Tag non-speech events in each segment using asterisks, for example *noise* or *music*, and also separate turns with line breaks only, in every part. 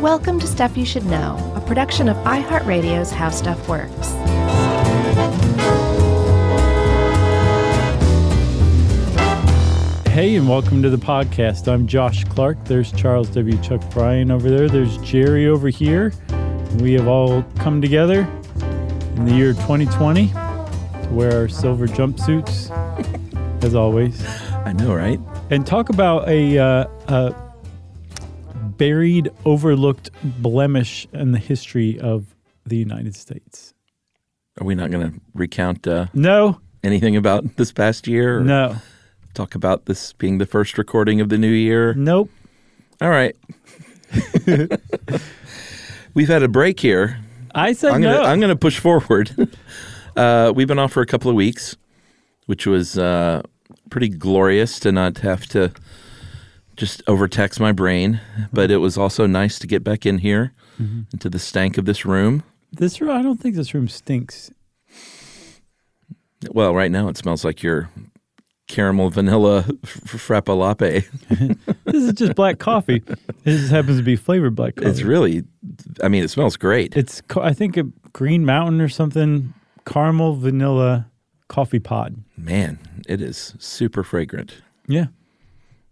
Welcome to Stuff You Should Know, a production of iHeartRadio's How Stuff Works.
Hey, and welcome to the podcast. I'm Josh Clark. There's Charles W. Chuck Bryan over there. There's Jerry over here. We have all come together in the year 2020 to wear our silver jumpsuits, *laughs* as always,
I know, right?
and talk about a, uh, a buried, overlooked blemish in the history of the United States.
Are we not going to recount uh,
No,
anything about this past year? Or
no,
Talk about this being the first recording of the new year?
nope.
All right.
*laughs*
We've had a break here.
I said
I'm
no.
gonna I'm gonna push forward. *laughs* uh, we've been off for a couple of weeks, which was uh, pretty glorious to not have to just overtax my brain. But it was also nice to get back in here
Mm-hmm.
into the stank of this room.
this room, I don't think this room stinks.
Well, right now it smells like your caramel vanilla *laughs* f- frappe latte.
This is just black coffee. This just happens to be flavored black coffee.
It's really, I mean, it smells great.
It's ca- I think a Green Mountain or something, caramel vanilla coffee pod.
Man, it is super fragrant
Yeah,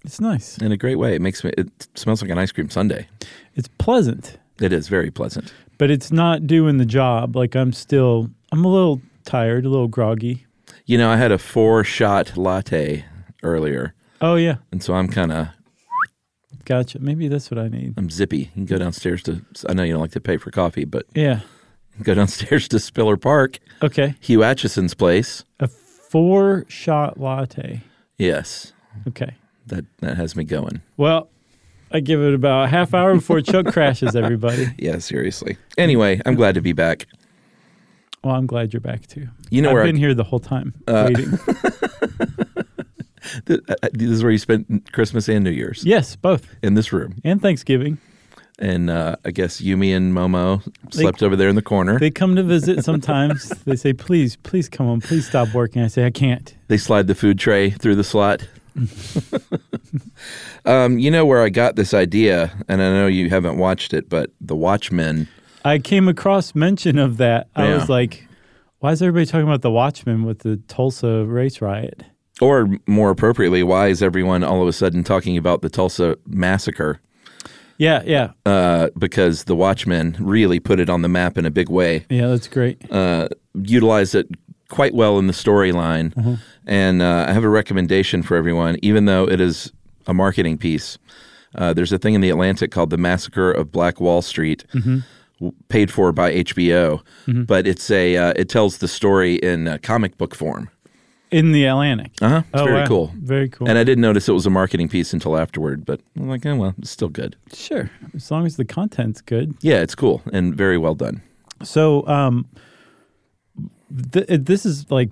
it's nice.
in a great way. It makes me, it smells like an ice cream sundae.
It's pleasant,
It is very pleasant.
but it's not doing the job. Like I'm still, I'm a little tired, a little groggy.
You know, I had a four shot latte earlier,
Oh yeah,
and so I'm kind of,
gotcha. Maybe that's what I need.
I'm zippy. You can go downstairs to, I know you don't like to pay for coffee, but *laughs*
Yeah.
go downstairs to Spiller Park,
Okay.
Hugh Atchison's place.
A four shot latte.
Yes,
Okay.
that, that has me going.
Well, I give it about a half hour before Chuck crashes. Everybody.
Yeah, seriously. Anyway, I'm glad to be back.
Well, I'm glad you're back too.
You know
I've
where I- Uh,
been here the whole time
*laughs*
waiting.
Th- uh, This is where you spent Christmas and New Year's
yes, both
in this room.
and Thanksgiving.
And uh, I guess Yumi and Momo slept over there in the corner. They,
They come to visit
*laughs*
sometimes. they say, "Please, please come on. Please stop working." I say, "I can't."
slide the food tray through the slot. um, you know where I got this idea, and I know you haven't watched it, but The Watchmen.
I came across mention of that. I
Yeah.
was like, "Why is everybody talking about the Watchmen with the Tulsa race riot?"
Or more appropriately, why is everyone all of a sudden talking about the Tulsa massacre?
Yeah, yeah,
Uh, because the Watchmen really put it on the map in a big way.
yeah. That's great.
uh, utilized it quite well in the storyline.
Mm-hmm.
And uh, I have a recommendation for everyone, even though it is a marketing piece. Uh, there's a thing in the Atlantic called The Massacre of Black Wall Street,
Mm-hmm.
w- paid for by HBO. But it's a uh, it tells the story in uh, comic book form.
In the Atlantic.
Uh huh. It's
Oh,
very
wow.
cool.
Very cool.
And I didn't notice it was a marketing piece until afterward, but I'm like, oh, well, it's still good.
sure, as long as the content's good.
Yeah, it's cool and very well done.
So, um, th- this is like,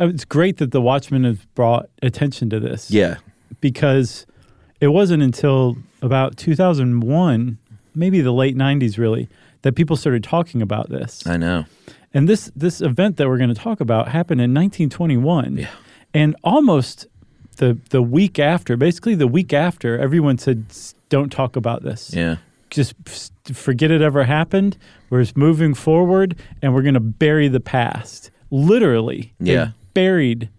it's great that the Watchmen has brought attention to this.
Yeah.
because it wasn't until about 2001, maybe the late 90s, really, that people started talking about this.
I know.
And this this event that we're going to talk about happened in 1921,
Yeah.
and almost the the week after, basically the week after, everyone said, "S- "Don't talk about this.
Yeah.
Just f- forget it ever happened. We're just moving forward, and we're going to bury the past. Literally, They
Yeah.
buried."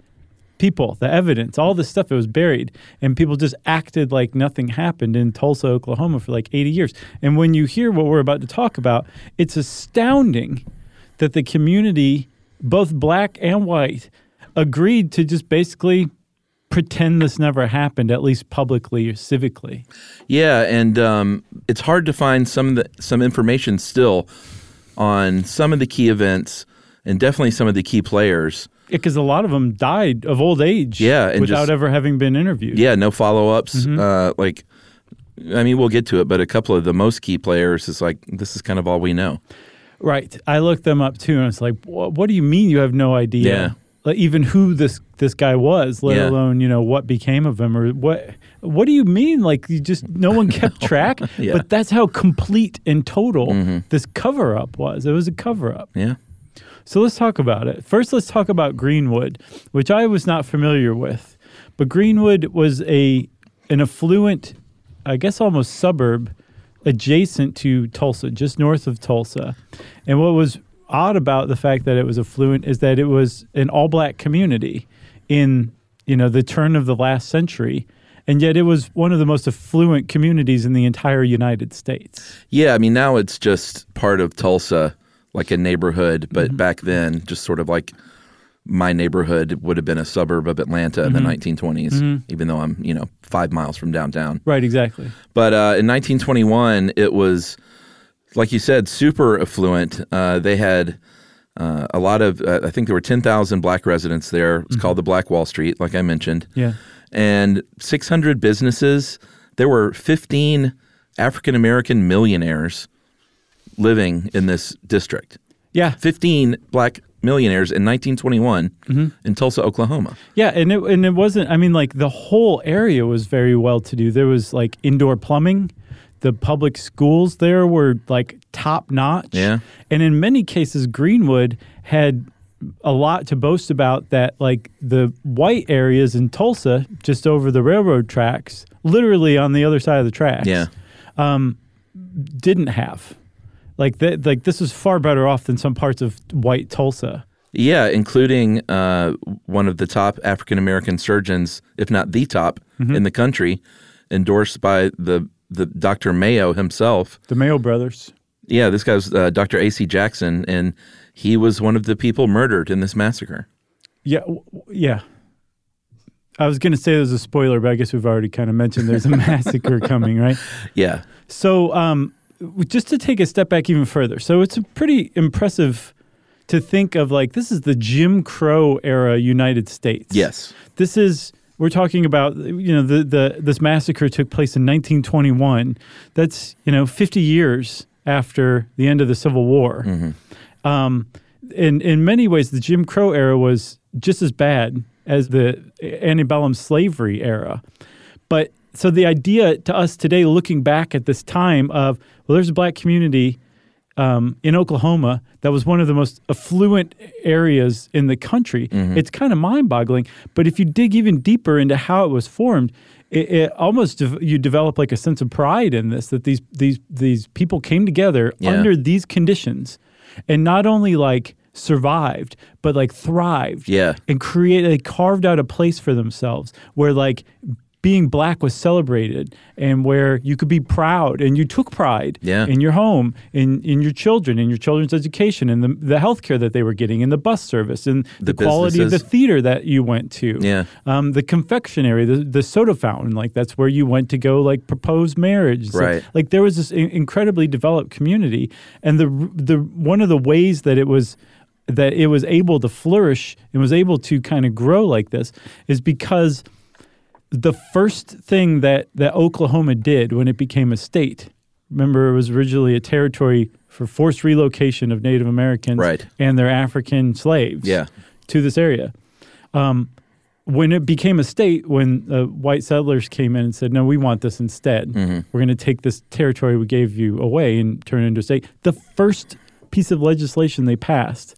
People, the evidence, all this stuff, it was buried. And people just acted like nothing happened in Tulsa, Oklahoma for like 80 years. And when you hear what we're about to talk about, it's astounding that the community, both black and white, agreed to just basically pretend this never happened, at least publicly or civically.
Yeah, and um, it's hard to find some of the, some information still on some of the key events and definitely some of the key players.
Because a lot of them died of old age
Yeah, and
without
just-
ever having been interviewed.
Yeah, no follow ups. Uh, like, I mean, we'll get to it, but a couple of the most key players is like this is kind of all we know.
Right. I looked them up too, and it's like, "Wha- what do you mean you have no idea?
Yeah.
Like, even who this this guy was, let
Yeah.
alone you know what became of him, or what? What do you mean? Like you just no one
*laughs*
kept track.
Yeah. Mm-hmm.
But that's how complete and total this cover up was. It was a cover up.
Yeah,
So let's talk about it. First, let's talk about Greenwood, which I was not familiar with. But Greenwood was a an affluent, I guess almost suburb adjacent to Tulsa, just north of Tulsa. And what was odd about the fact that it was affluent is that it was an all black community in you know the turn of the last century. And yet, it was one of the most affluent communities in the entire United States.
Yeah, I mean now it's just part of Tulsa, like a neighborhood, but back then just sort of like my neighborhood would have been a suburb of Atlanta in the 1920s, even though I'm, you know, 5 miles from downtown.
Right, exactly.
But uh, in 1921, it was, like you said, super affluent. Uh, they had uh, a lot of, uh, I think there were 10,000 black residents there. It's called the Black Wall Street, like I mentioned.
Yeah.
And 600 businesses. There were 15 African American millionaires living in this district.
Yeah.
15 black millionaires in 1921 in Tulsa, Oklahoma.
Yeah, and it and it wasn't. I mean, like the whole area was very well to do. There was like indoor plumbing. The public schools there were like top notch.
Yeah.
and in many cases, Greenwood had a lot to boast about. That like the white areas in Tulsa, just over the railroad tracks, literally on the other side of the tracks.
Yeah.
didn't have. Like that. Like this was far better off than some parts of white Tulsa.
Yeah, including uh, one of the top African American surgeons, if not the top in the country, endorsed by the the Dr. Mayo himself.
The Mayo brothers.
Yeah, this guy was uh, Dr. A.C. Jackson, and he was one of the people murdered in this massacre.
Yeah, w- w- yeah. I was going to say there's a spoiler, but I guess we've already kind of mentioned there's a massacre coming, right?
Yeah,
So, um, w- just to take a step back even further, so it's a pretty impressive to think of like this is the Jim Crow era United States.
yes,
This is we're talking about you know the the this massacre took place in 1921. That's you know 50 years after the end of the Civil War. Um, in in many ways, the Jim Crow era was just as bad as the antebellum slavery era. But so the idea to us today, looking back at this time of well, there's a black community um, in Oklahoma that was one of the most affluent areas in the country.
Mm-hmm.
It's kind of mind-boggling. But if you dig even deeper into how it was formed, it, it almost dev- you develop like a sense of pride in this that these these these people came together
Yeah.
under these conditions, and not only like survived but like thrived
Yeah.
and create they carved out a place for themselves where like being black was celebrated and where you could be proud and you took pride
Yeah.
in your home in in your children in your children's education and the the health care that they were getting and the bus service and the,
The
quality of the
businesses.
theater that you went to
Yeah.
um, the confectionery the, the soda fountain like that's where you went to go like propose marriage So,
Right.
like there was this in- incredibly developed community and the the one of the ways that it was that it was able to flourish and was able to kind of grow like this is because the first thing that that Oklahoma did when it became a state remember it was originally a territory for forced relocation of Native Americans
Right.
and their African slaves
Yeah.
to this area Um, when it became a state, when uh, white settlers came in and said, "No, we want this instead. We're going to take this territory we gave you away and turn it into a state." The first piece of legislation they passed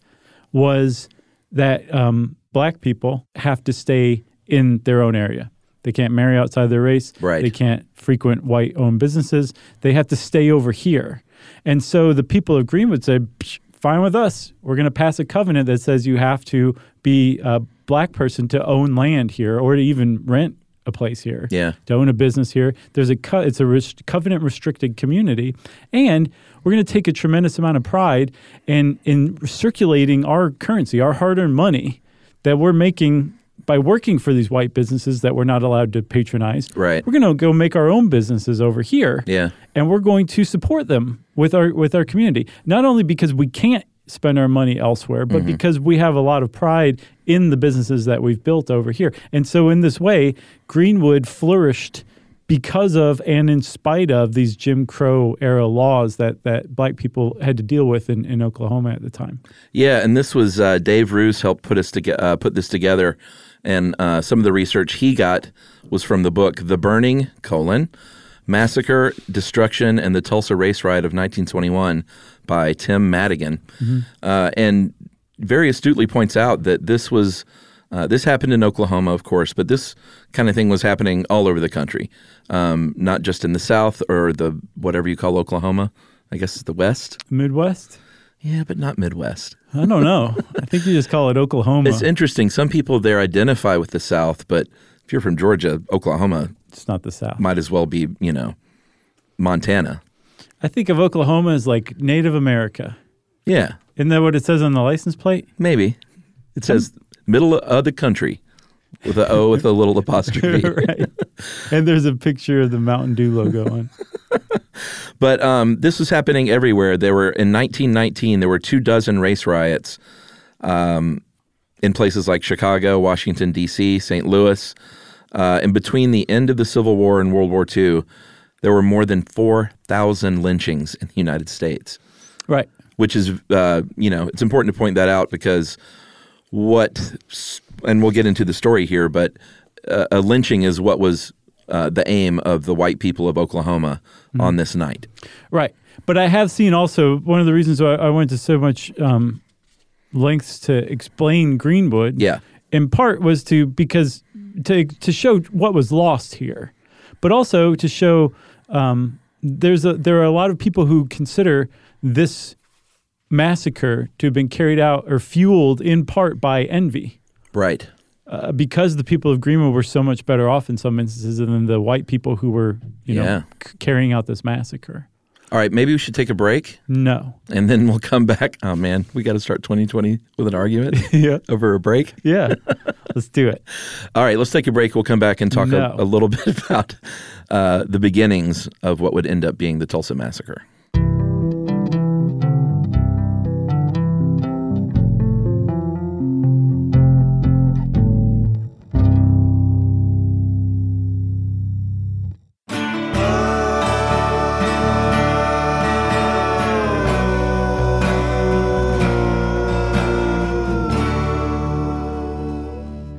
was that um, black people have to stay in their own area. They can't marry outside their race.
Right.
They can't frequent white-owned businesses. They have to stay over here. And so the people of Greenwood said, "Psh, "Fine with us. We're going to pass a covenant that says you have to be a black person to own land here, or to even rent a place here,
Yeah.
to own a business here. There's a co- it's a res- covenant-restricted community, and we're going to take a tremendous amount of pride in in circulating our currency, our hard-earned money that we're making." By working for these white businesses that we're not allowed to patronize,
Right.
we're going to go make our own businesses over here
yeah,
and we're going to support them with our with our community not only because we can't spend our money elsewhere but because we have a lot of pride in the businesses that we've built over here and so in this way greenwood flourished because of and in spite of these jim crow era laws that that black people had to deal with in, in oklahoma at the time
yeah. And this was uh, Dave Roos helped put us toge- uh, put this together, and uh, some of the research he got was from the book "The Burning: colon, Massacre, Destruction, and the Tulsa Race Riot of 1921" by Tim Madigan, uh, and very astutely points out that this was Uh, this happened in Oklahoma, of course, but this kind of thing was happening all over the country, um, not just in the South or the whatever you call Oklahoma. I guess it's the West.
Midwest?
Yeah, but not Midwest.
I don't know. I think you just call it Oklahoma.
It's interesting. Some people there identify with the South, but if you're from Georgia, Oklahoma
It's not the South.
might as well be, you know, Montana.
I think of Oklahoma as like Native America.
Yeah,
Isn't that what it says on the license plate?
maybe. It says middle of the country with a O with a little
*laughs*
apostrophe.
right. And there's a picture of the Mountain Dew logo on.
But um, this was happening everywhere. There were in 1919 there were two dozen race riots um, in places like Chicago, Washington D.C., St. Louis. Uh, and between the end of the Civil War and World War II, there were more than 4,000 lynchings in the United States,
*laughs* Right.
which is uh, you know it's important to point that out because what and we'll get into the story here, but uh, a lynching is what was uh, the aim of the white people of Oklahoma on this night.
Right. But I have seen also one of the reasons why I went to so much um, lengths to explain Greenwood.
Yeah.
In part was to because to to show what was lost here, but also to show um, there's a there are a lot of people who consider this massacre to have been carried out or fueled in part by envy.
Right.
uh, because the people of Greenwood were so much better off in some instances than the white people who were, you know,
Yeah.
c- carrying out this massacre.
All right, maybe we should take a break
No.
and then we'll come back. Oh man, we got to start 2020 with an argument
*laughs*
*laughs*
Yeah.
over a break.
Yeah. Let's do it.
All right, let's take a break. We'll come back and talk
No.
a, a little *laughs* bit about uh, the beginnings of what would end up being the Tulsa Massacre.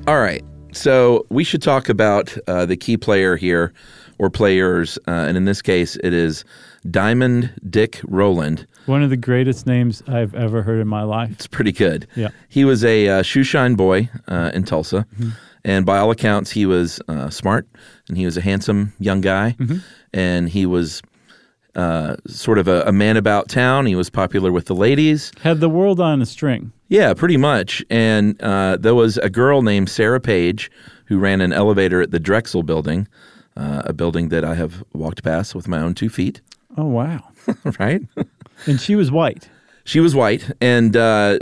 All right. So we should talk about uh, the key player here, or players, uh, and in this case, it is Diamond Dick Roland.
One of the greatest names I've ever heard in my life.
It's pretty good.
Yeah.
He was a uh, shoeshine boy uh, in Tulsa, and by all accounts, he was uh, smart and he was a handsome young guy, and he was uh, sort of a, a man about town. He was popular with the ladies.
Had the world on a string.
Yeah, pretty much. And uh, there was a girl named Sarah Page who ran an elevator at the Drexel building, uh, a building that I have walked past with my own two feet, *laughs*
Oh, wow.
right?
And she was white.
she was white. And, uh,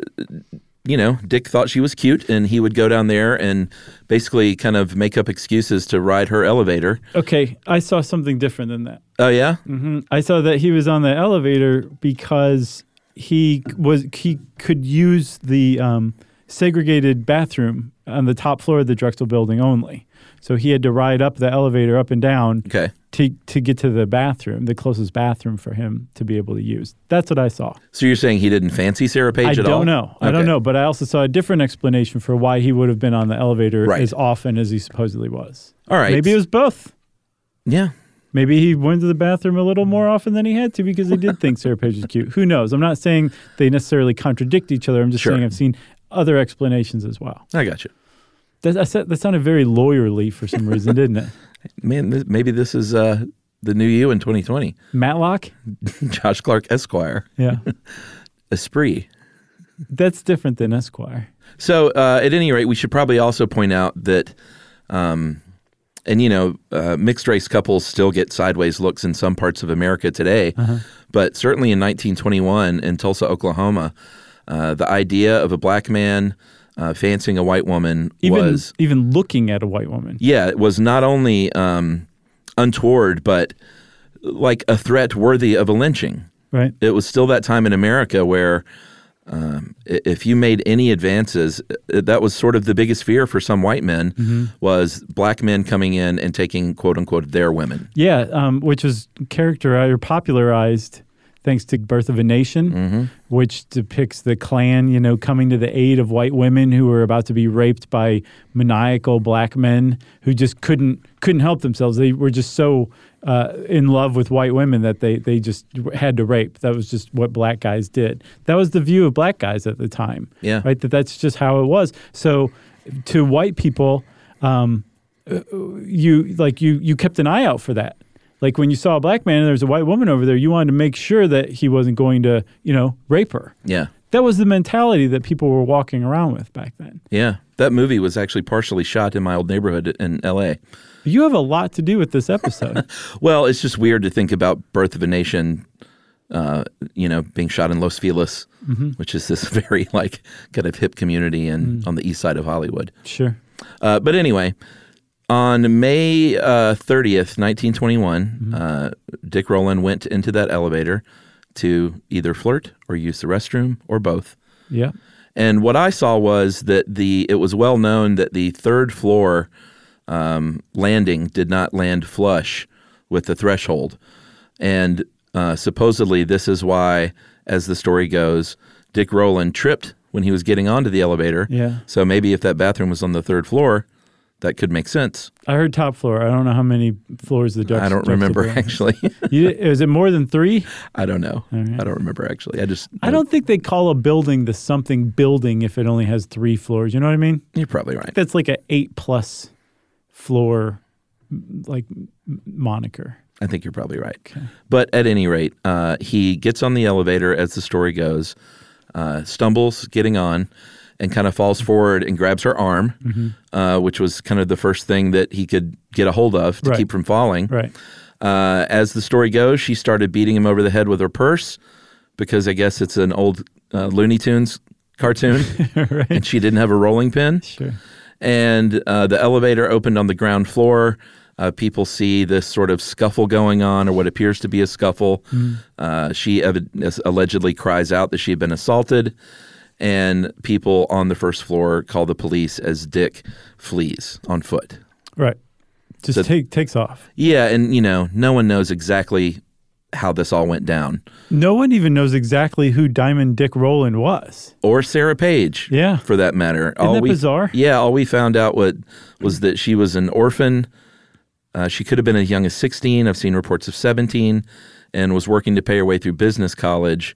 you know, Dick thought she was cute, and he would go down there and basically kind of make up excuses to ride her elevator.
Okay. I saw something different than that.
Oh, yeah?
Mhm. I saw that he was on the elevator because he was he could use the um, segregated bathroom on the top floor of the Drexel building only. So he had to ride up the elevator up and down
Okay.
to to get to the bathroom, the closest bathroom for him to be able to use. That's what I saw.
So you're saying he didn't fancy Sarah Page
I
at
don't
all?
know. I don't
Okay.
know, but I also saw a different explanation for why he would have been on the elevator
Right.
as often as he supposedly was.
All right.
Maybe it was both.
Yeah.
Maybe he went to the bathroom a little more often than he had to because he did think Sarah Page was cute. Who knows? I'm not saying they necessarily contradict each other. I'm just
Sure.
saying I've seen other explanations as well.
I got you.
That, I said- that sounded very lawyerly for some reason, didn't
*laughs*
it?
Man, th- maybe this is uh, the new you in 2020.
Matlock?
*laughs* Josh Clark Esquire,
Yeah.
Esprit.
That's different than Esquire.
So, uh, at any rate, we should probably also point out that, um, and you know, uh, mixed race couples still get sideways looks in some parts of America today, but certainly in 1921 in Tulsa, Oklahoma, uh, the idea of a black man uh, fancying a white woman
Even,
was,
even looking at a white woman.
yeah, it was not only um, untoward, but like a threat worthy of a lynching
Right.
it was still that time in America where um, i- if you made any advances, uh, that was sort of the biggest fear for some white men was black men coming in and taking quote unquote their women.
Yeah, um, which was characterized or popularized thanks to Birth of a Nation, which depicts the Klan, you know, coming to the aid of white women who were about to be raped by maniacal black men who just couldn't couldn't help themselves. They were just so uh, in love with white women that they they just had to rape. That was just what black guys did. That was the view of black guys at the time.
Yeah.
right. That that's just how it was. So to white people, um, uh, you like you you kept an eye out for that. Like when you saw a black man and there's a white woman over there, you wanted to make sure that he wasn't going to you know rape her.
Yeah.
That was the mentality that people were walking around with back then.
Yeah. That movie was actually partially shot in my old neighborhood in LA.
You have a lot to do with this
*laughs*
episode.
Well, it's just weird to think about Birth of a Nation, uh, you know, being shot in Los Feliz, which is this *laughs* very like kind of hip community and on the east side of Hollywood.
sure.
Uh, but anyway, on May uh, 30th, 1921, uh, Dick Rowland went into that elevator to either flirt or use the restroom or both.
Yeah.
And what I saw was that the it was well known that the third floor um, landing did not land flush with the threshold, and uh, supposedly this is why, as the story goes, Dick Rowland tripped when he was getting onto the elevator.
Yeah.
So maybe if that bathroom was on the third floor, that could make sense.
I heard top floor. I don't know how many floors the ducks.
I don't remember *laughs* actually.
You, is it more than three?
I don't know. I don't remember actually. I just
I don't think they call a building the something building if it only has three floors. You know what I mean?
You're probably right.
That's like a eight plus floor m- like m- moniker.
I think you're probably right. But at any rate, uh, he gets on the elevator as the story goes, uh, stumbles getting on, and kind of falls forward and grabs her arm, uh, which was kind of the first thing that he could get a hold of to
Right.
keep from falling.
Right.
Uh, as the story goes, she started beating him over the head with her purse because I guess it's an old uh, Looney Tunes cartoon, and she didn't have a rolling pin
Sure.
and uh, the elevator opened on the ground floor. Uh, people see this sort of scuffle going on, or what appears to be a scuffle. Uh, she ev- allegedly cries out that she had been assaulted, and people on the first floor call the police as Dick flees on foot.
Right. Just
So-
take takes off.
Yeah, and you know, no one knows exactly how this all went down,
No one even knows exactly who Diamond Dick Rowland was.
or Sarah Page,
Yeah.
for that matter. Isn't
that bizarre?
Yeah, all we found out what was that she was an orphan. Uh, she could have been as young as 16. I've seen reports of 17 and was working to pay her way through business college.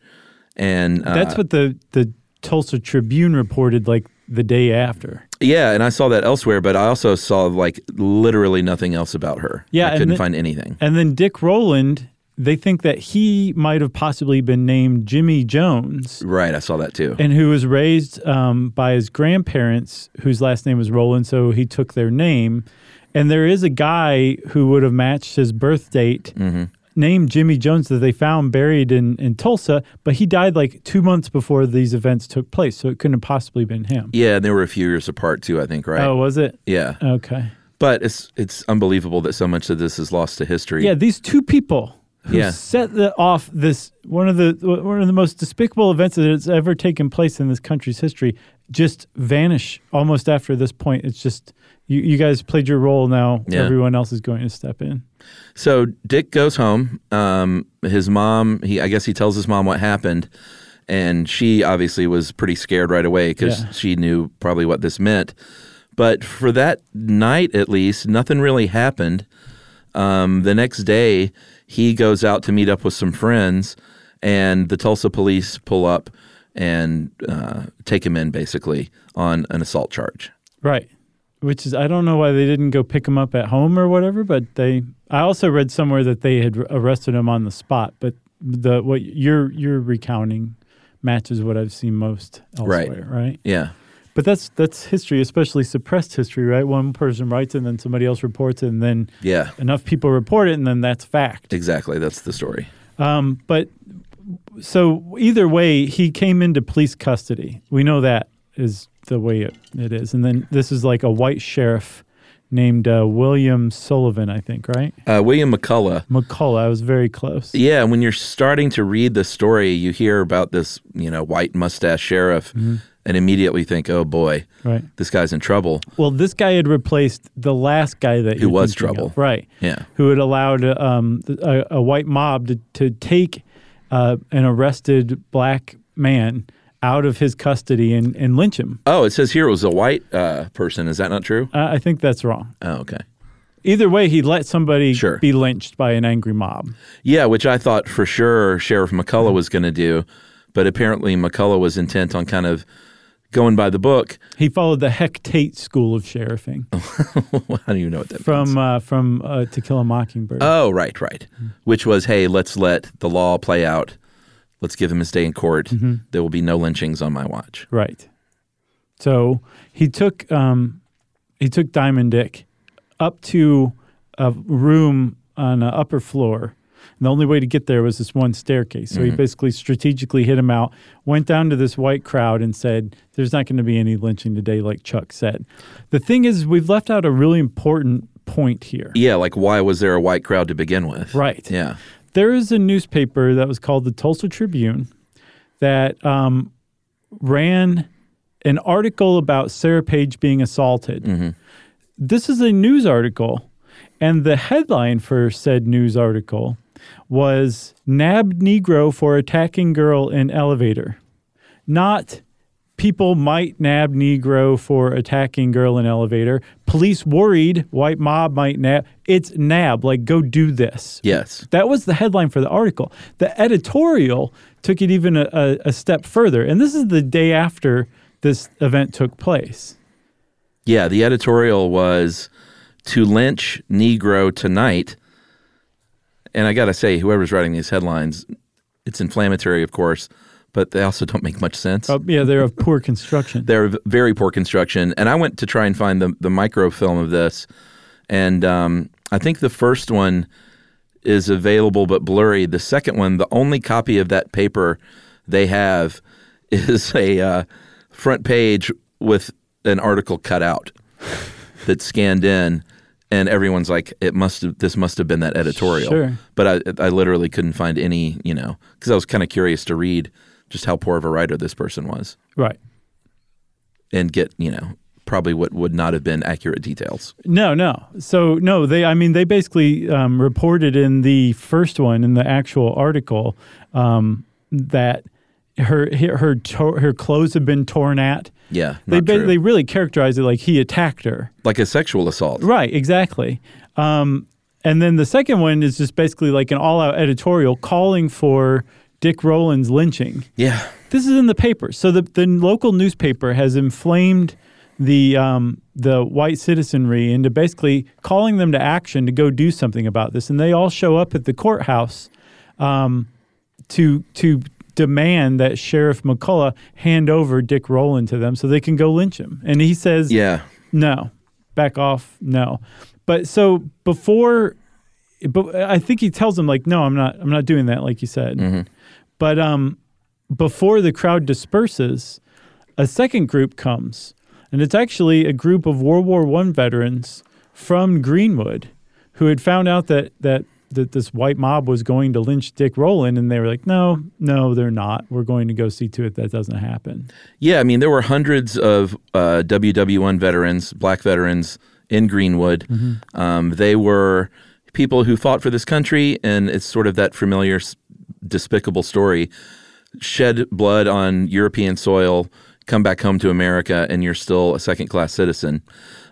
And uh,
That's what the the Tulsa Tribune reported like the day after.
yeah, and I saw that elsewhere, but I also saw like literally nothing else about her.
Yeah,
I
and
couldn't
the-
find anything.
And then Dick Rowland, they think that he might have possibly been named Jimmy Jones.
Right, I saw that too.
and who was raised um, by his grandparents, whose last name was Roland, so he took their name. And there is a guy who would have matched his birth date, named Jimmy Jones, that they found buried in, in Tulsa, but he died like two months before these events took place, so it couldn't have possibly been him.
yeah, and they were a few years apart too. I think right.
Oh, was it?
yeah,
Okay.
but it's it's unbelievable that so much of this is lost to history.
Yeah, these two people who
Yeah.
set the, off this one of the one of the most despicable events that has ever taken place in this country's history just vanish almost after this point. It's just you, you guys played your role. Now
Yeah.
everyone else is going to step in.
So Dick goes home. Um, his mom, he I guess he tells his mom what happened, and she obviously was pretty scared right away because
Yeah.
she knew probably what this meant. But for that night, at least, nothing really happened. Um, the next day, he goes out to meet up with some friends, and the Tulsa police pull up and uh, take him in basically on an assault charge.
Right. Which is I don't know why they didn't go pick him up at home or whatever, but they I also read somewhere that they had arrested him on the spot, but the what you're you're recounting matches what I've seen most
Right.
elsewhere, right?
Yeah.
But that's that's history, especially suppressed history, right? One person writes it, and then somebody else reports it, and then
Yeah.
enough people report it, and then that's fact.
Exactly. That's the story.
Um, but so either way, he came into police custody. We know that is the way it, it is. And then this is like a white sheriff named uh, William Sullivan, I think, right?
Uh, William McCullough.
McCullough. I was very close.
Yeah, when you're starting to read the story, you hear about this, you know, white mustache sheriff and immediately think, "Oh boy,
Right.
this guy's in trouble."
Well, this guy had replaced the last guy that
Who
you're
was
thinking
trouble.
of. right?
Yeah.
who had allowed um, a, a white mob to to take uh, an arrested black man out of his custody and, and lynch him.
Oh, it says here it was a white uh, person. Is that not true?
Uh, I think that's wrong.
Oh, okay.
Either way, he let somebody
Sure.
be lynched by an angry mob.
Yeah, which I thought for sure Sheriff McCullough was going to do, but apparently McCullough was intent on kind of going by the book. *laughs*
He followed the Heck Tate school of sheriffing
Oh, I don't even know what that means.
from uh, from uh, To Kill a Mockingbird.
Oh, right, right. Which was, hey, let's let the law play out. Let's give him his day in court. There will be no lynchings on my watch.
Right. So he took um, he took Diamond Dick up to a room on an upper floor. And the only way to get there was this one staircase. So he basically strategically hit him out, went down to this white crowd and said, There's not going to be any lynching today, like Chuck said. The thing is, we've left out a really important point here.
Yeah, like why was there a white crowd to begin with?
Right.
Yeah.
There is a newspaper that was called the Tulsa Tribune that um, ran an article about Sarah Page being assaulted. This is a news article, and the headline for said news article was Nabbed Negro for Attacking Girl in Elevator. Not people might nab Negro for attacking girl in elevator. Police worried white mob might nab. It's nab, like go do this.
Yes.
That was the headline for the article. The editorial took it even a, a, a step further. And this is the day after this event took place.
Yeah, the editorial was to lynch Negro tonight. And I got to say, whoever's writing these headlines, it's inflammatory, of course, but they also don't make much sense.
Oh, yeah, they're of
*laughs*
poor construction.
They're v- very poor construction. And I went to try and find the, the microfilm of this. And um, I think the first one is available but blurry. The second one, the only copy of that paper they have *laughs* is a uh, front page with an article cut out that's scanned in. And everyone's like, it must have, this must have been that editorial.
Sure.
But I, I literally couldn't find any, you know, because I was kind of curious to read just how poor of a writer this person was
right.
and get you know probably what would not have been accurate details.
No, no. So no, they. I mean, they basically um, reported in the first one in the actual article um, that her her her, to- her clothes had been torn at.
Yeah,
They
not
ba-
true.
they really characterized it like he attacked her.
like a sexual assault.
Right, exactly. Um, and then the second one is just basically like an all out editorial calling for Dick Rowland's lynching.
Yeah,
This is in the paper. So the, the local newspaper has inflamed the, um, the white citizenry into basically calling them to action to go do something about this. And they all show up at the courthouse um, to, to demand that Sheriff McCullough hand over Dick Rowland to them so they can go lynch him. And he says,
yeah,
no, back off. No, but so before, but I think he tells him like, no, I'm not. I'm not doing that. Like you said, but um, before the crowd disperses, a second group comes, and it's actually a group of World War One veterans from Greenwood who had found out that that that this white mob was going to lynch Dick Rowland, and they were like, no, no, they're not. We're going to go see to it that doesn't happen.
yeah. I mean, there were hundreds of uh, WW1 veterans, black veterans in Greenwood.
Mm-hmm.
Um, they were people who fought for this country, and it's sort of that familiar, s- despicable story: shed blood on European soil, come back home to America, and you're still a second-class citizen.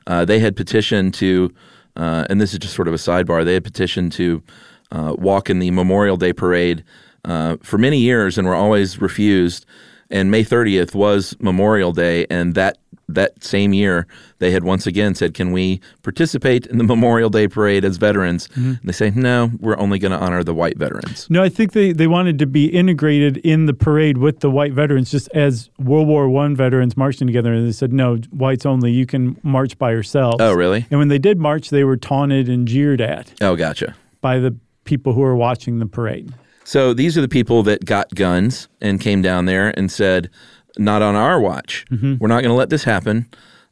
Uh, they had petitioned to, uh, and this is just sort of a sidebar, they had petitioned to uh, walk in the Memorial Day parade uh, for many years and were always refused. And May 30th was Memorial Day, and that that same year, they had once again said, "Can we participate in the Memorial Day parade as veterans?" And they say, "No, we're only going to honor the white veterans."
No, I think they, they wanted to be integrated in the parade with the white veterans, just as World War One veterans marching together. And they said, no, whites only. You can march by yourselves.
Oh, really?
And when they did march, they were taunted and jeered at
Oh, gotcha.
by the people who were watching the parade.
So these are the people that got guns and came down there and said, "Not on our watch.
Mm-hmm.
We're not going to let this happen."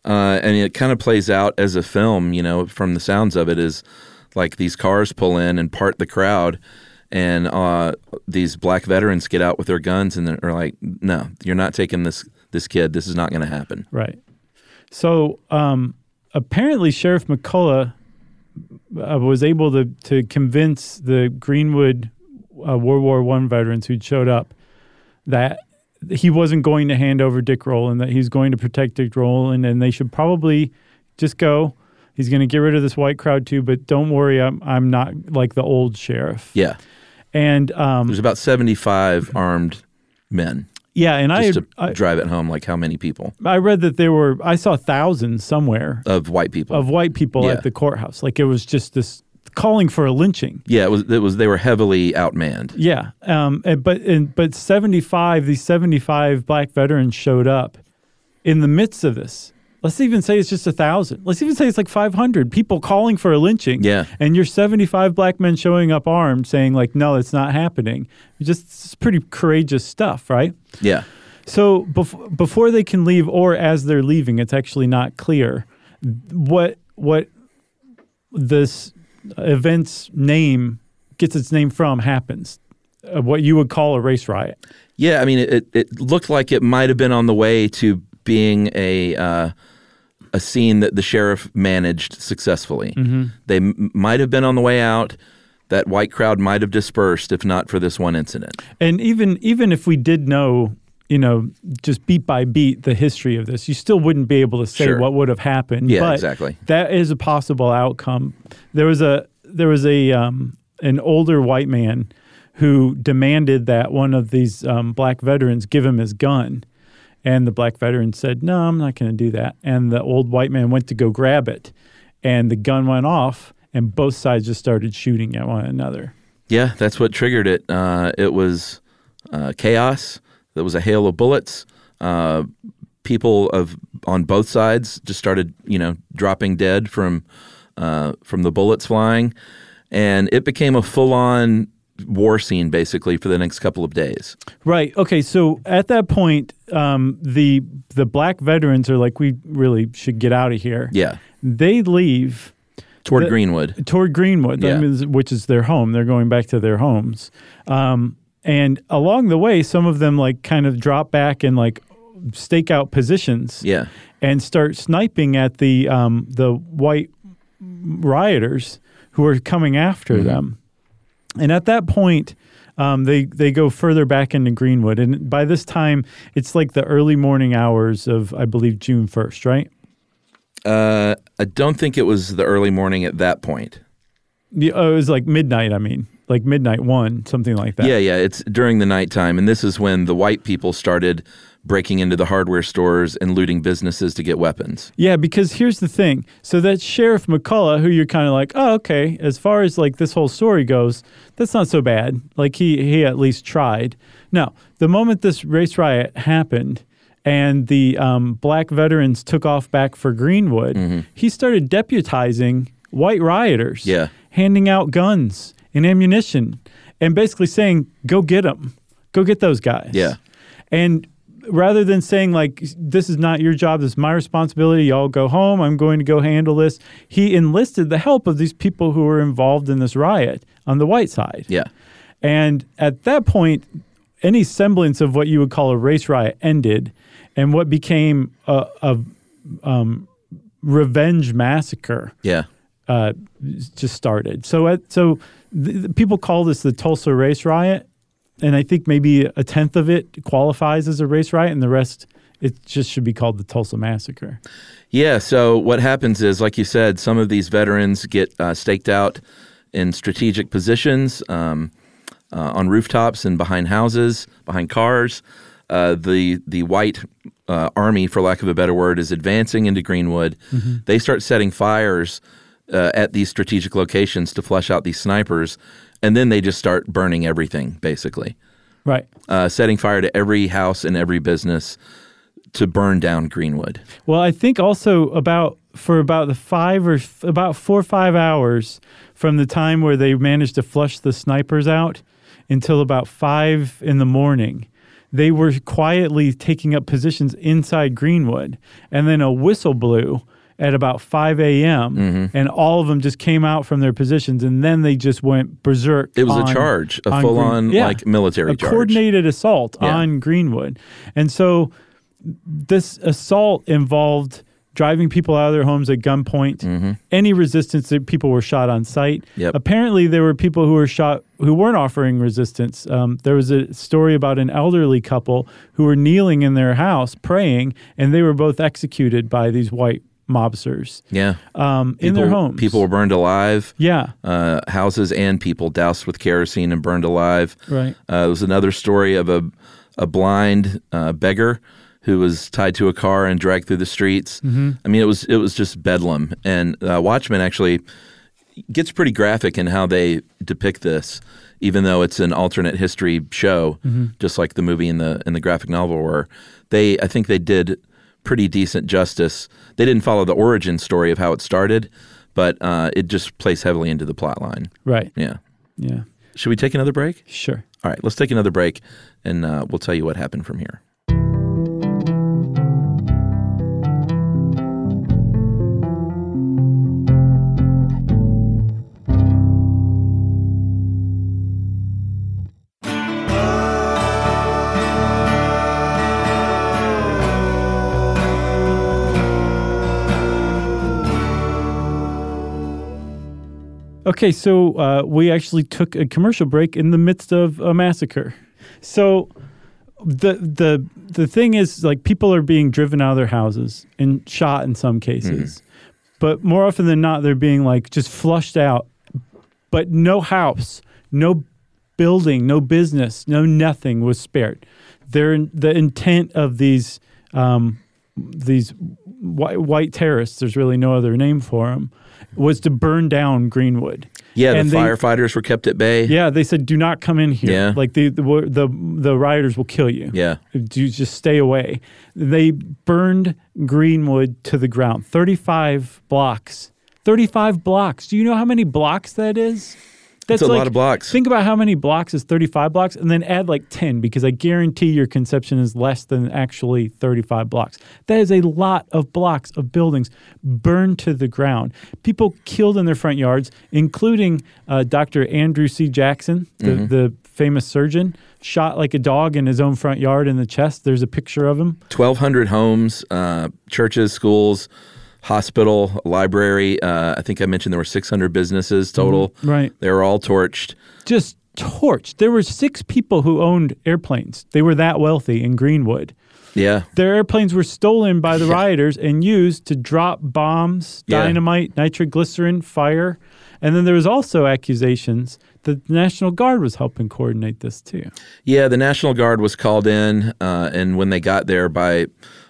Uh, and it kind of plays out as a film, you know, from the sounds of it, is like these cars pull in and part the crowd, and uh, these black veterans get out with their guns and they're like, "No, you're not taking this this kid. This is not going to happen."
Right. So um, apparently, Sheriff McCullough uh, was able to to convince the Greenwood uh, World War One veterans who showed up that he wasn't going to hand over Dick Rowland, that he's going to protect Dick Rowland, and they should probably just go. He's going to get rid of this white crowd too, but don't worry, I'm I'm not like the old sheriff.
Yeah,
And um,
there's about 75 armed men.
yeah, and I,
just to
I
drive it home, like how many people
I read that there were I saw thousands somewhere
of white people?
of white people
Yeah.
at the courthouse. Like it was just this calling for a lynching.
yeah, it was. It was. They were heavily outmanned.
Yeah, um, and, but and, but seventy five these seventy five black veterans showed up in the midst of this. Let's even say it's just a thousand. Let's even say it's like five hundred people calling for a lynching.
Yeah.
and you're seventy five black men showing up armed, saying like, "No, it's not happening." Just it's pretty courageous stuff, right?
Yeah,
So bef- before they can leave, or as they're leaving, it's actually not clear what what this event's name gets its name from happens. Uh, what you would call a race riot.
yeah. I mean, it, it looked like it might have been on the way to being a uh, a scene that the sheriff managed successfully. They m- might have been on the way out. That white crowd might have dispersed if not for this one incident.
And even even if we did know, you know, just beat by beat the history of this, you still wouldn't be able to say
Sure.
what would have happened.
Yeah,
but
exactly.
That is a possible outcome. There was a there was a um, an older white man who demanded that one of these um, black veterans give him his gun, and the black veteran said, "No, I'm not going to do that." And the old white man went to go grab it, and the gun went off, and both sides just started shooting at one another.
Yeah, that's what triggered it. Uh, it was uh, chaos. There was a hail of bullets. Uh, people of on both sides just started, you know, dropping dead from uh, from the bullets flying, and it became a full on war scene basically for the next couple of days.
Right. Okay. So at that point, um, the the black veterans are like, we really should get out of here.
Yeah,
They leave
toward
The-
Greenwood.
toward Greenwood, that
Yeah.
means- which is their home. They're going back to their homes. Um, and along the way, some of them like kind of drop back and like stake out positions
Yeah,
and start sniping at the um, the white rioters who are coming after them. And at that point, um, they they go further back into Greenwood, and by this time, it's like the early morning hours of I believe June first, right?
uh, I don't think it was the early morning at that point.
The, oh, it was like midnight. I mean, like midnight one, something like that.
Yeah, yeah, it's during the nighttime, and this is when the white people started breaking into the hardware stores and looting businesses to get weapons.
Yeah, because here's the thing. So that Sheriff McCullough, who you're kind of like, oh, okay, as far as like this whole story goes, that's not so bad. Like he he at least tried. Now, the moment this race riot happened and the um, black veterans took off back for Greenwood,
Mm-hmm.
he started deputizing white rioters,
Yeah.
handing out guns and ammunition, and basically saying, "Go get them, go get those guys."
Yeah.
And rather than saying like this is not your job, this is my responsibility, y'all go home, I'm going to go handle this, he enlisted the help of these people who were involved in this riot on the white side.
Yeah,
And at that point, any semblance of what you would call a race riot ended, and what became a, a um, revenge massacre
yeah,
uh, just started. So, at, so th- th- people call this the Tulsa race riot, and I think maybe a tenth of it qualifies as a race riot, and the rest it just should be called the Tulsa massacre.
yeah. So what happens is, like you said, some of these veterans get uh, staked out in strategic positions um, uh, on rooftops and behind houses, behind cars. Uh, the the white uh, army, for lack of a better word, is advancing into Greenwood. They start setting fires uh, at these strategic locations to flush out these snipers, and then they just start burning everything, basically,
Right.
uh, setting fire to every house and every business to burn down Greenwood.
Well, I think also about for about the five or f- about four or five hours from the time where they managed to flush the snipers out until about five in the morning. They were quietly taking up positions inside Greenwood, and then a whistle blew at about 5 a.m.,
Mm-hmm.
and all of them just came out from their positions, and then they just went berserk.
It was a
on-
charge, a
on
full-on,
Green- Yeah.
like, military
a
charge.
coordinated assault
Yeah.
on Greenwood, and so this assault involved driving people out of their homes at gunpoint. Any resistance that people were shot on site.
Mm-hmm. Yep.
Apparently, there were people who were shot who weren't offering resistance. Um, there was a story about an elderly couple who were kneeling in their house praying, and they were both executed by these white mobsters
Yeah.
um, in their homes.
People were burned alive.
yeah,
Uh, houses and people doused with kerosene and burned alive.
right.
Uh, there was another story of a a blind uh, beggar who was tied to a car and dragged through the streets. I mean, it was it was just bedlam. And uh, Watchmen actually gets pretty graphic in how they depict this, even though it's an alternate history show, just like the movie and the and the graphic novel were. They I think they did pretty decent justice. They didn't follow the origin story of how it started, but uh, it just plays heavily into the plot line.
Right.
Yeah.
Yeah.
Should we take another break?
Sure.
All right, let's take another break, and uh, we'll tell you what happened from here.
Okay, so uh, we actually took a commercial break in the midst of a massacre. So the the the thing is, like, people are being driven out of their houses and shot in some cases, but more often than not, they're being like just flushed out. But no house, no building, no business, no nothing was spared. They're, the intent of these um, these white, white terrorists, there's really no other name for them, was to burn down Greenwood.
Yeah,
And
the
they-
firefighters were kept at bay.
Yeah, they said, "Do not come in here.
Yeah.
Like the, the the the rioters will kill you.
Yeah.
do just stay away." They burned Greenwood to the ground. Thirty-five blocks. Thirty-five blocks. Do you know how many blocks that is? That's
a lot of blocks.
Think about how many blocks is 35 blocks and then add like 10 because I guarantee your conception is less than actually 35 blocks. That is a lot of blocks of buildings burned to the ground. People killed in their front yards, including uh, Dr. Andrew C. Jackson, the,
Mm-hmm.
the famous surgeon, shot like a dog in his own front yard in the chest. There's a picture of him.
1,200 homes, uh, churches, schools, hospital, library. Uh, I think I mentioned there were 600 businesses total.
Mm-hmm. right.
They were all torched.
just torched. There were six people who owned airplanes. They were that wealthy in Greenwood.
Yeah.
Their airplanes were stolen by the rioters and used to drop bombs,
Yeah.
dynamite, nitroglycerin, fire. And then there was also accusations that the National Guard was helping coordinate this too.
Yeah, the National Guard was called in, uh, and when they got there, by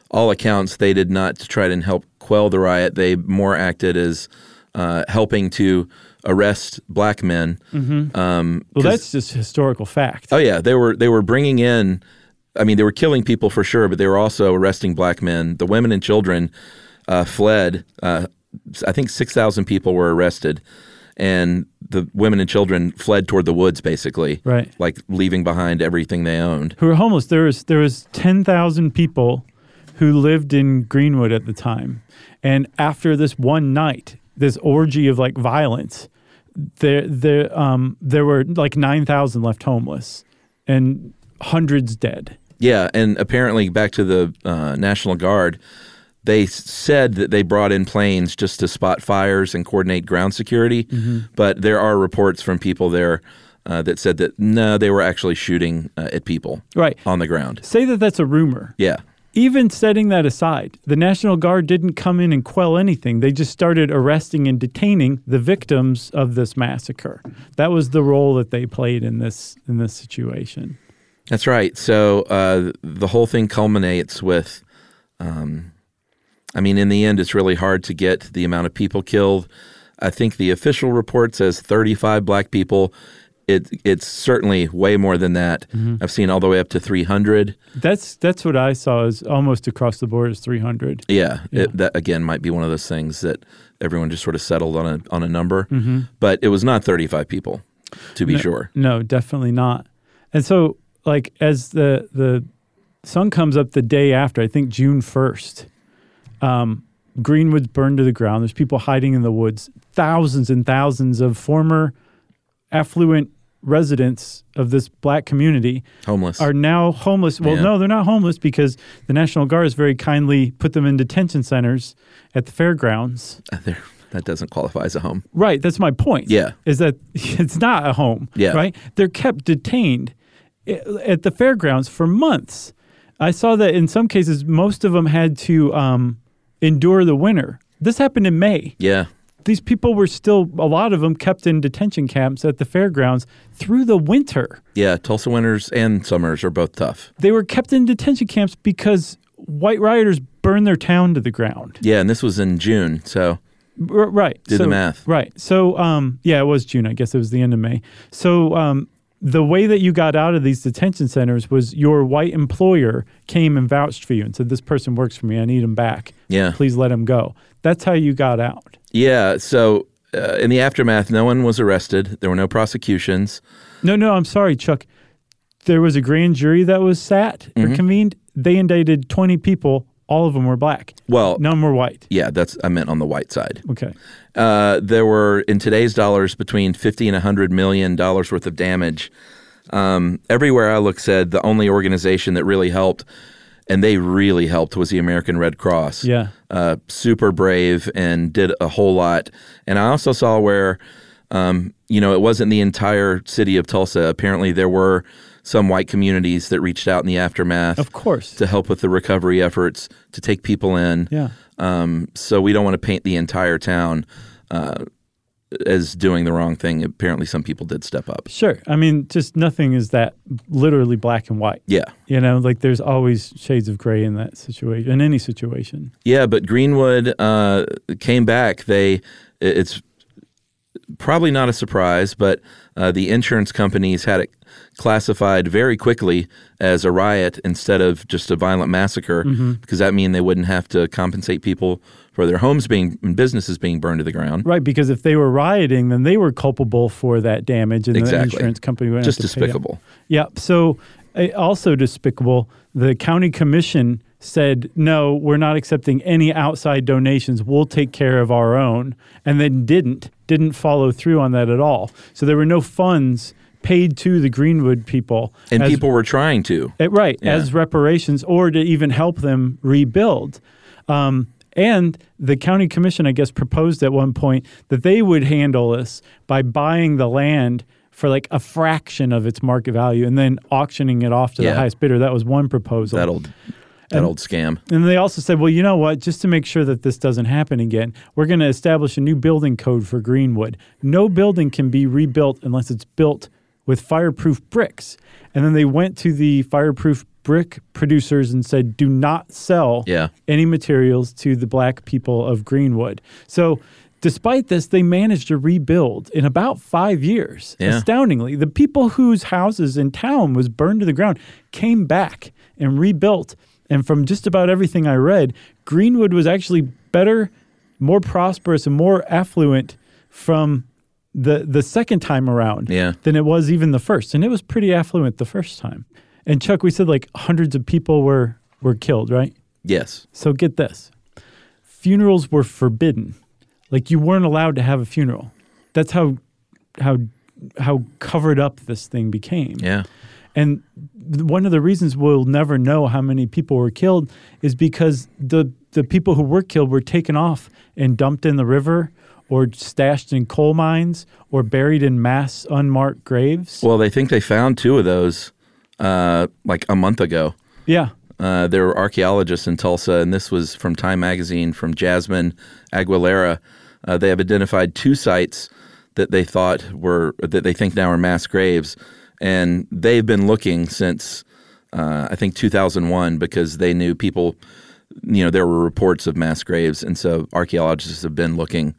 all accounts, they did not try to help quell the riot. They more acted as uh, helping to arrest black men. Um,
Well,
'cause-
that's just historical fact.
Oh yeah, they were they were bringing in. I mean, they were killing people for sure, but they were also arresting black men. The women and children uh, fled. Uh, I think six thousand people were arrested, and the women and children fled toward the woods, basically,
Right.
Like leaving behind everything they owned.
Who were homeless? There was there was ten thousand people who lived in Greenwood at the time, and after this one night, this orgy of like violence, there there um there were like nine thousand left homeless, and hundreds dead.
Yeah, and apparently, back to the uh, National Guard, they s- said that they brought in planes just to spot fires and coordinate ground security. But there are reports from people there uh, that said that no, they were actually shooting uh, at people
Right.
on the ground.
Say that that's a rumor.
Yeah,
Even setting that aside, the National Guard didn't come in and quell anything. They just started arresting and detaining the victims of this massacre. That was the role that they played in this in this situation.
that's right. So uh, the whole thing culminates with. Um, I mean, in the end, it's really hard to get the amount of people killed. I think the official report says 35 black people. It, it's certainly way more than that.
Mm-hmm.
I've seen all the way up to 300.
That's that's what I saw is almost across the board is 300.
Yeah, It, that again might be one of those things that everyone just sort of settled on a on a number, but it was not 35 people, to be sure.
Mm-hmm. No, definitely not. And so like as the the sun comes up the day after, I think June 1st, um, Greenwood's burned to the ground. There's people hiding in the woods. Thousands and thousands of former affluent residents of this black community
Homeless.
are now homeless. Well,
Yeah.
no, they're not homeless because the National Guard has very kindly put them in detention centers at the fairgrounds.
*laughs* There, that doesn't qualify as a home.
Right. That's my point.
Yeah.
Is that *laughs* it's not a home.
Yeah.
Right. They're kept detained i- at the fairgrounds for months. I saw that in some cases, most of them had to um, endure the winter. This happened in May.
Yeah,
These people were still, a lot of them, kept in detention camps at the fairgrounds through the winter.
Yeah, Tulsa winters and summers are both tough.
They were kept in detention camps because white rioters burned their town to the ground.
Yeah, and this was in June, so
R- right.
Did the math.
Right. So, um, yeah, it was June. I guess it was the end of May. So, um, the way that you got out of these detention centers was your white employer came and vouched for you and said, "This person works for me. I need him back.
Yeah.
please let him go." That's how you got out.
yeah. So uh, in the aftermath, no one was arrested. There were no prosecutions.
No, no, I'm sorry, Chuck. There was a grand jury that was sat
Mm-hmm.
or convened. They indicted 20 people. All of them were black.
Well-
none were white.
Yeah, that's I meant on the white side.
Okay.
Uh, there were in today's dollars between fifty and hundred million dollars worth of damage. Um, everywhere I looked, said the only organization that really helped, and they really helped, was the American Red Cross.
Yeah.
uh, super brave and did a whole lot. And I also saw where, um, you know, it wasn't the entire city of Tulsa. Apparently, there were some white communities that reached out in the aftermath
Of course.
to help with the recovery efforts to take people in.
yeah.
Um, so we don't want to paint the entire town uh, as doing the wrong thing. Apparently, some people did step up.
Sure. I mean, just nothing is that literally black and white.
Yeah.
You know, like there's always shades of gray in that situation, in any situation.
Yeah, but Greenwood uh, came back. They, i- it's probably not a surprise, but uh, the insurance companies had it classified very quickly as a riot instead of just a violent massacre,
Mm-hmm.
because that mean they wouldn't have to compensate people for their homes being and businesses being burned to the ground.
Right. Because if they were rioting, then they were culpable for that damage and the
Exactly.
insurance company would
Just
have to pay out.
despicable.
Yeah. So, uh, also despicable, the county commission said, no, we're not accepting any outside donations. We'll take care of our own. And then didn't, didn't follow through on that at all. So, there were no funds paid to the Greenwood people.
And
as-
people were trying to.
eh, right.
Yeah.
As reparations or to even help them rebuild. Um, and the county commission, I guess, proposed at one point that they would handle this by buying the land for like a fraction of its market value and then auctioning it off to the
Yeah.
highest bidder. That was one proposal.
That old, that old scam.
And they also said, well, you know what? Just to make sure that this doesn't happen again, we're going to establish a new building code for Greenwood. No building can be rebuilt unless it's built with fireproof bricks. And then they went to the fireproof brick producers and said, do not sell
Yeah.
any materials to the black people of Greenwood. So, despite this, they managed to rebuild in about five years.
Yeah.
Astoundingly, the people whose houses in town was burned to the ground came back and rebuilt. And from just about everything I read, Greenwood was actually better, more prosperous, and more affluent from the the second time around
Yeah.
than it was even the first. And it was pretty affluent the first time. And Chuck, we said like hundreds of people were were killed, right?
Yes.
So get this funerals were forbidden. Like you weren't allowed to have a funeral. That's how how how covered up this thing became.
Yeah.
And th- one of the reasons we'll never know how many people were killed is because the the people who were killed were taken off and dumped in the river or stashed in coal mines or buried in mass unmarked graves.
Well, they think they found two of those uh, like a month ago.
yeah.
Uh, there were archaeologists in Tulsa, and this was from Time Magazine from Jasmine Aguilera. Uh, they have identified two sites that they thought were that they think now are mass graves, and they've been looking since uh, I think 2001 because they knew people. You know, there were reports of mass graves, and so archaeologists have been looking.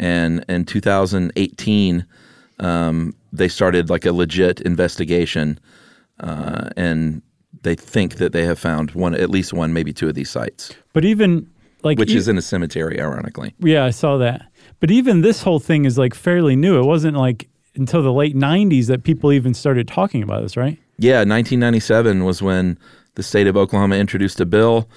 And in 2018, um, they started like a legit investigation uh, and they think that they have found one, at least one, maybe two of these sites,
But even like
which
e-
is in a cemetery, ironically.
Yeah, I saw that. But even this whole thing is like fairly new. It wasn't like until the late 90s that people even started talking about this, right?
Yeah, 1997 was when the state of Oklahoma introduced a bill,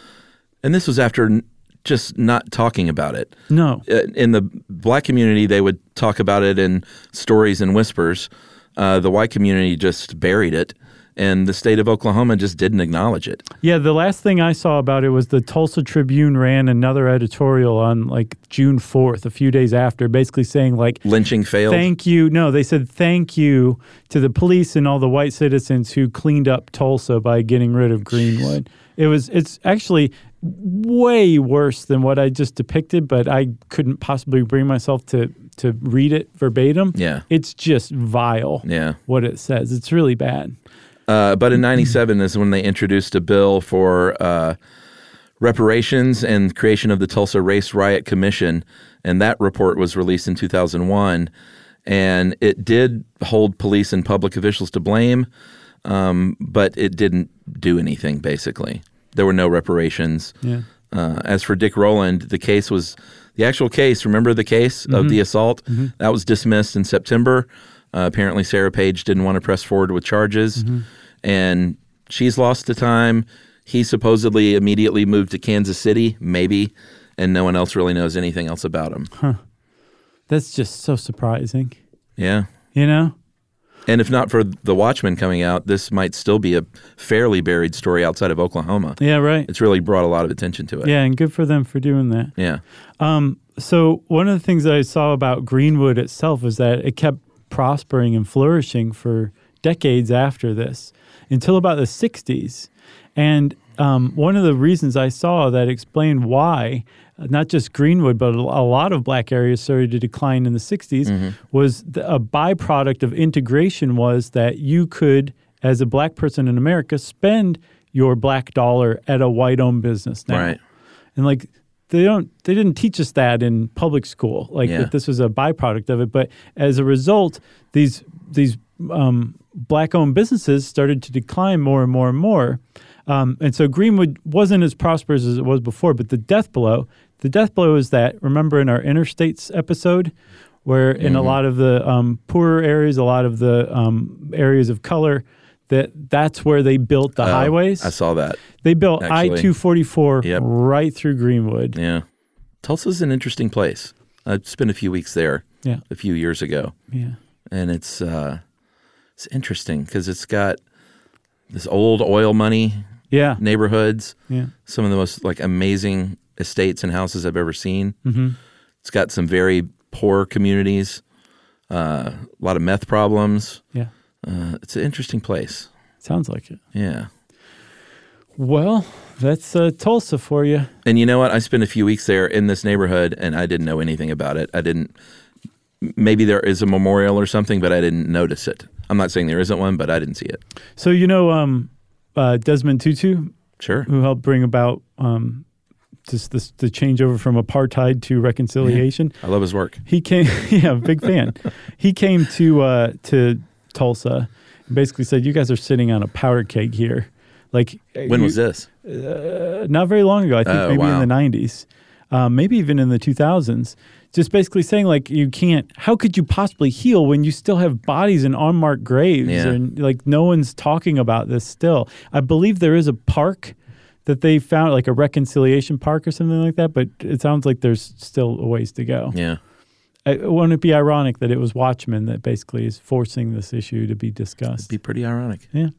and this was after n- just not talking about it.
No.
Uh, In the black community, they would talk about it in stories and whispers. Uh, the white community just buried it, and the state of Oklahoma just didn't acknowledge it.
Yeah, the last thing I saw about it was the Tulsa Tribune ran another editorial on like June 4th, a few days after, basically saying like
Lynching failed.
Thank you. No, they said thank you to the police and all the white citizens who cleaned up Tulsa by getting rid of Greenwood. It was. It's actually way worse than what I just depicted, but I couldn't possibly bring myself to to read it verbatim.
Yeah.
It's just vile.
Yeah.
What it says. It's really bad.
Uh, but in '97 is when they introduced a bill for uh, reparations and creation of the Tulsa Race Riot Commission, and that report was released in 2001, and it did hold police and public officials to blame, um, but it didn't do anything. Basically, there were no reparations.
Yeah.
Uh, as for Dick Rowland, the case was the actual case. Remember the case
Mm-hmm.
of the assault that was dismissed in September. Uh, apparently, Sarah Page didn't want to press forward with charges,
Mm-hmm.
and she's lost to time. He supposedly immediately moved to Kansas City, maybe, and no one else really knows anything else about him.
That's just so surprising.
Yeah.
You know?
And if not for The Watchmen coming out, this might still be a fairly buried story outside of Oklahoma.
Yeah, right.
It's really brought a lot of attention to it.
Yeah, and good for them for doing that.
Yeah.
So one of the things that I saw about Greenwood itself is that it kept prospering and flourishing for decades after this, until about the '60s. And um, one of the reasons I saw that explained why uh, not just Greenwood, but a a lot of black areas started to decline in the '60s was the, a byproduct of integration was that you could, as a black person in America, spend your black dollar at a white-owned business now
Right.
and like they don't they didn't teach us that in public school like
Yeah.
that this was a byproduct of it but as a result these these um, black owned businesses started to decline more and more and more um, and so greenwood wasn't as prosperous as it was before but the death blow the death blow is that remember in our interstates episode where in a
Mm-hmm.
lot of the um, poorer areas a lot of the um, areas of color that that's where they built the
Uh,
highways
I saw that.
they built I
Actually.
two forty four
Yep.
right through Greenwood.
Yeah. Tulsa's an interesting place. I spent a few weeks there
Yeah,
a few years ago,
yeah,
and it's uh, it's interesting because it's got this old oil money
yeah,
neighborhoods,
yeah.
some of the most like amazing estates and houses I've ever seen. Mm-hmm. It's got some very poor communities, uh, a lot of meth problems.
yeah.
Uh, it's an interesting place.
Sounds like it.
Yeah.
Well, that's uh, Tulsa for you.
And you know what? I spent a few weeks there in this neighborhood, and I didn't know anything about it. I didn't. Maybe there is a memorial or something, but I didn't notice it. I'm not saying there isn't one, but I didn't see it.
So you know, um, uh, Desmond Tutu,
Sure.
who helped bring about um, just this, the changeover from apartheid to reconciliation.
I love his work.
He came, *laughs* yeah, big
*laughs*
fan. he came to uh, to Tulsa and basically said, "You guys are sitting on a powder keg here." Like
When
you-
was this?
not very long ago. I think
Oh,
maybe
wow.
in the 90s, um, maybe even in the 2000s. Just basically saying like you can't. How could you possibly heal when you still have bodies in unmarked graves
Yeah.
and like no one's talking about this still? I believe there is a park that they found like a reconciliation park or something like that, but it sounds like there's still a ways to go.
Yeah.
I, wouldn't it be ironic that it was Watchmen that basically is forcing this issue to be discussed?
Be pretty ironic.
yeah,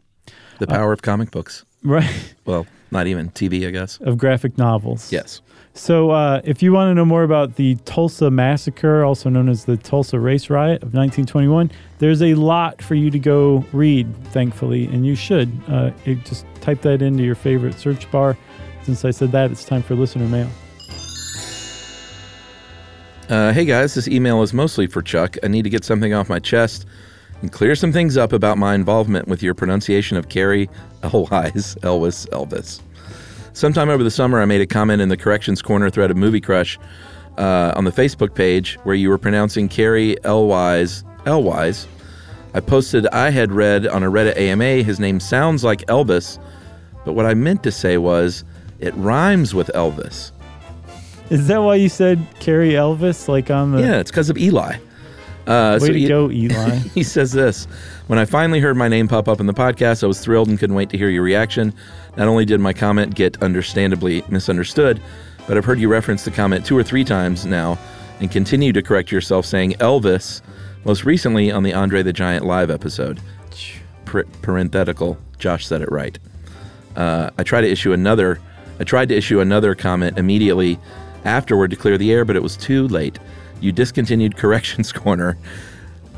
The power of comic books.
right. *laughs*
Well, not even TV, I guess.
of graphic novels.
Yes.
So, uh, if you want to know more about the Tulsa Massacre, also known as the Tulsa Race Riot of 1921, there's a lot for you to go read, thankfully, and you should. Uh, you just type that into your favorite search bar. Since I said that, it's time for listener mail.
Uh, hey guys, this email is mostly for Chuck. I need to get something off my chest and clear some things up about my involvement with your pronunciation of Carrie *laughs* Elwes, Elvis, Elvis. Sometime over the summer, I made a comment in the Corrections Corner thread of Movie Crush uh, on the Facebook page where you were pronouncing Carrie Elwes, Elwes. I posted I had read on a Reddit AMA his name sounds like Elvis, but what I meant to say was it rhymes with Elvis.
Is that why you said Carrie Elvis, like on the
Yeah, it's because of Eli. Uh,
way
so
to
you-
go, Eli? *laughs*
*laughs* he says this When I finally heard my name pop up in the podcast, I was thrilled and couldn't wait to hear your reaction. Not only did my comment get understandably misunderstood, but I've heard you reference the comment two or three times now and continue to correct yourself saying Elvis, most recently on the Andre the Giant live episode. Par- parenthetical, Josh said it right. Uh, I tried to issue another. I tried to issue another comment immediately *laughs* afterward to clear the air, but it was too late. You discontinued Corrections Corner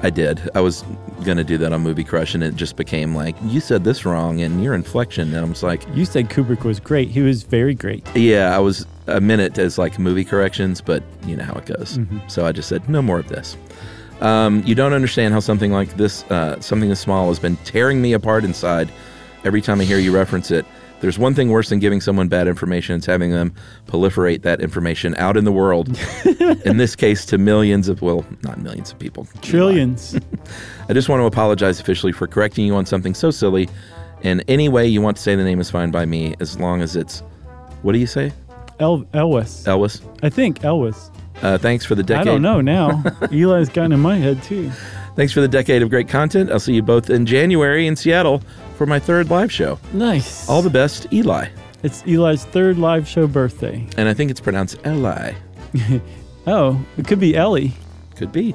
I did. I was gonna do that on Movie Crush, and it just became like you said this wrong, and your inflection, and I'm just like,
You said Kubrick was great. He was very great.
yeah, I was a minute as like movie corrections, but you know how it goes. So I just said no more of this. Um, you don't understand how something like this, uh, something as small, has been tearing me apart inside. Every time I hear you reference it, there's one thing worse than giving someone bad information. It's having them proliferate that information out in the world. in this case, to millions of well, not millions of people, *laughs*
Trillions.
I just want to apologize officially for correcting you on something so silly. And any way you want to say the name is fine by me, as long as it's. What do you say,
El- Elwes.
Elvis?
I think Elwes.
Uh, thanks for the decade.
I don't know
*laughs*
now. Eli's gotten in my head too.
Thanks for the decade of great content. I'll see you both in January in Seattle for my third live show.
Nice.
All the best, Eli.
it's Eli's third live show birthday.
And I think it's pronounced Eli.
Oh, it could be Ellie.
Could be.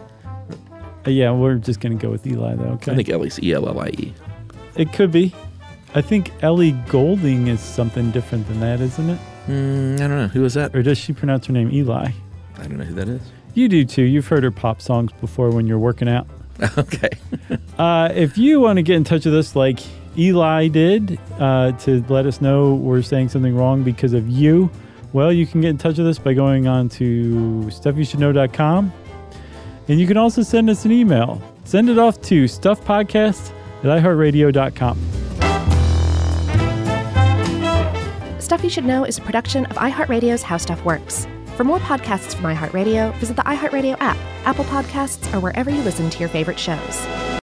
Uh, yeah, we're just gonna go with Eli though. Okay.
I think Ellie's E L L I E.
it could be. I think Ellie Golding is something different than that, isn't it?
Mm, I don't know. Who is that?
Or does she pronounce her name Eli?
I don't know who that is. *laughs*
You do too. You've heard her pop songs before when you're working out.
Okay.
Uh, if you want to get in touch with us like Eli did uh, to let us know we're saying something wrong because of you, well, you can get in touch with us by going on to stuffyoushouldknow.com. And you can also send us an email. Send it off to stuffpodcast at iheartradio.com.
Stuff You Should Know is a production of iHeartRadio's How Stuff Works. For more podcasts from iHeartRadio, visit the iHeartRadio app, Apple Podcasts, or wherever you listen to your favorite shows.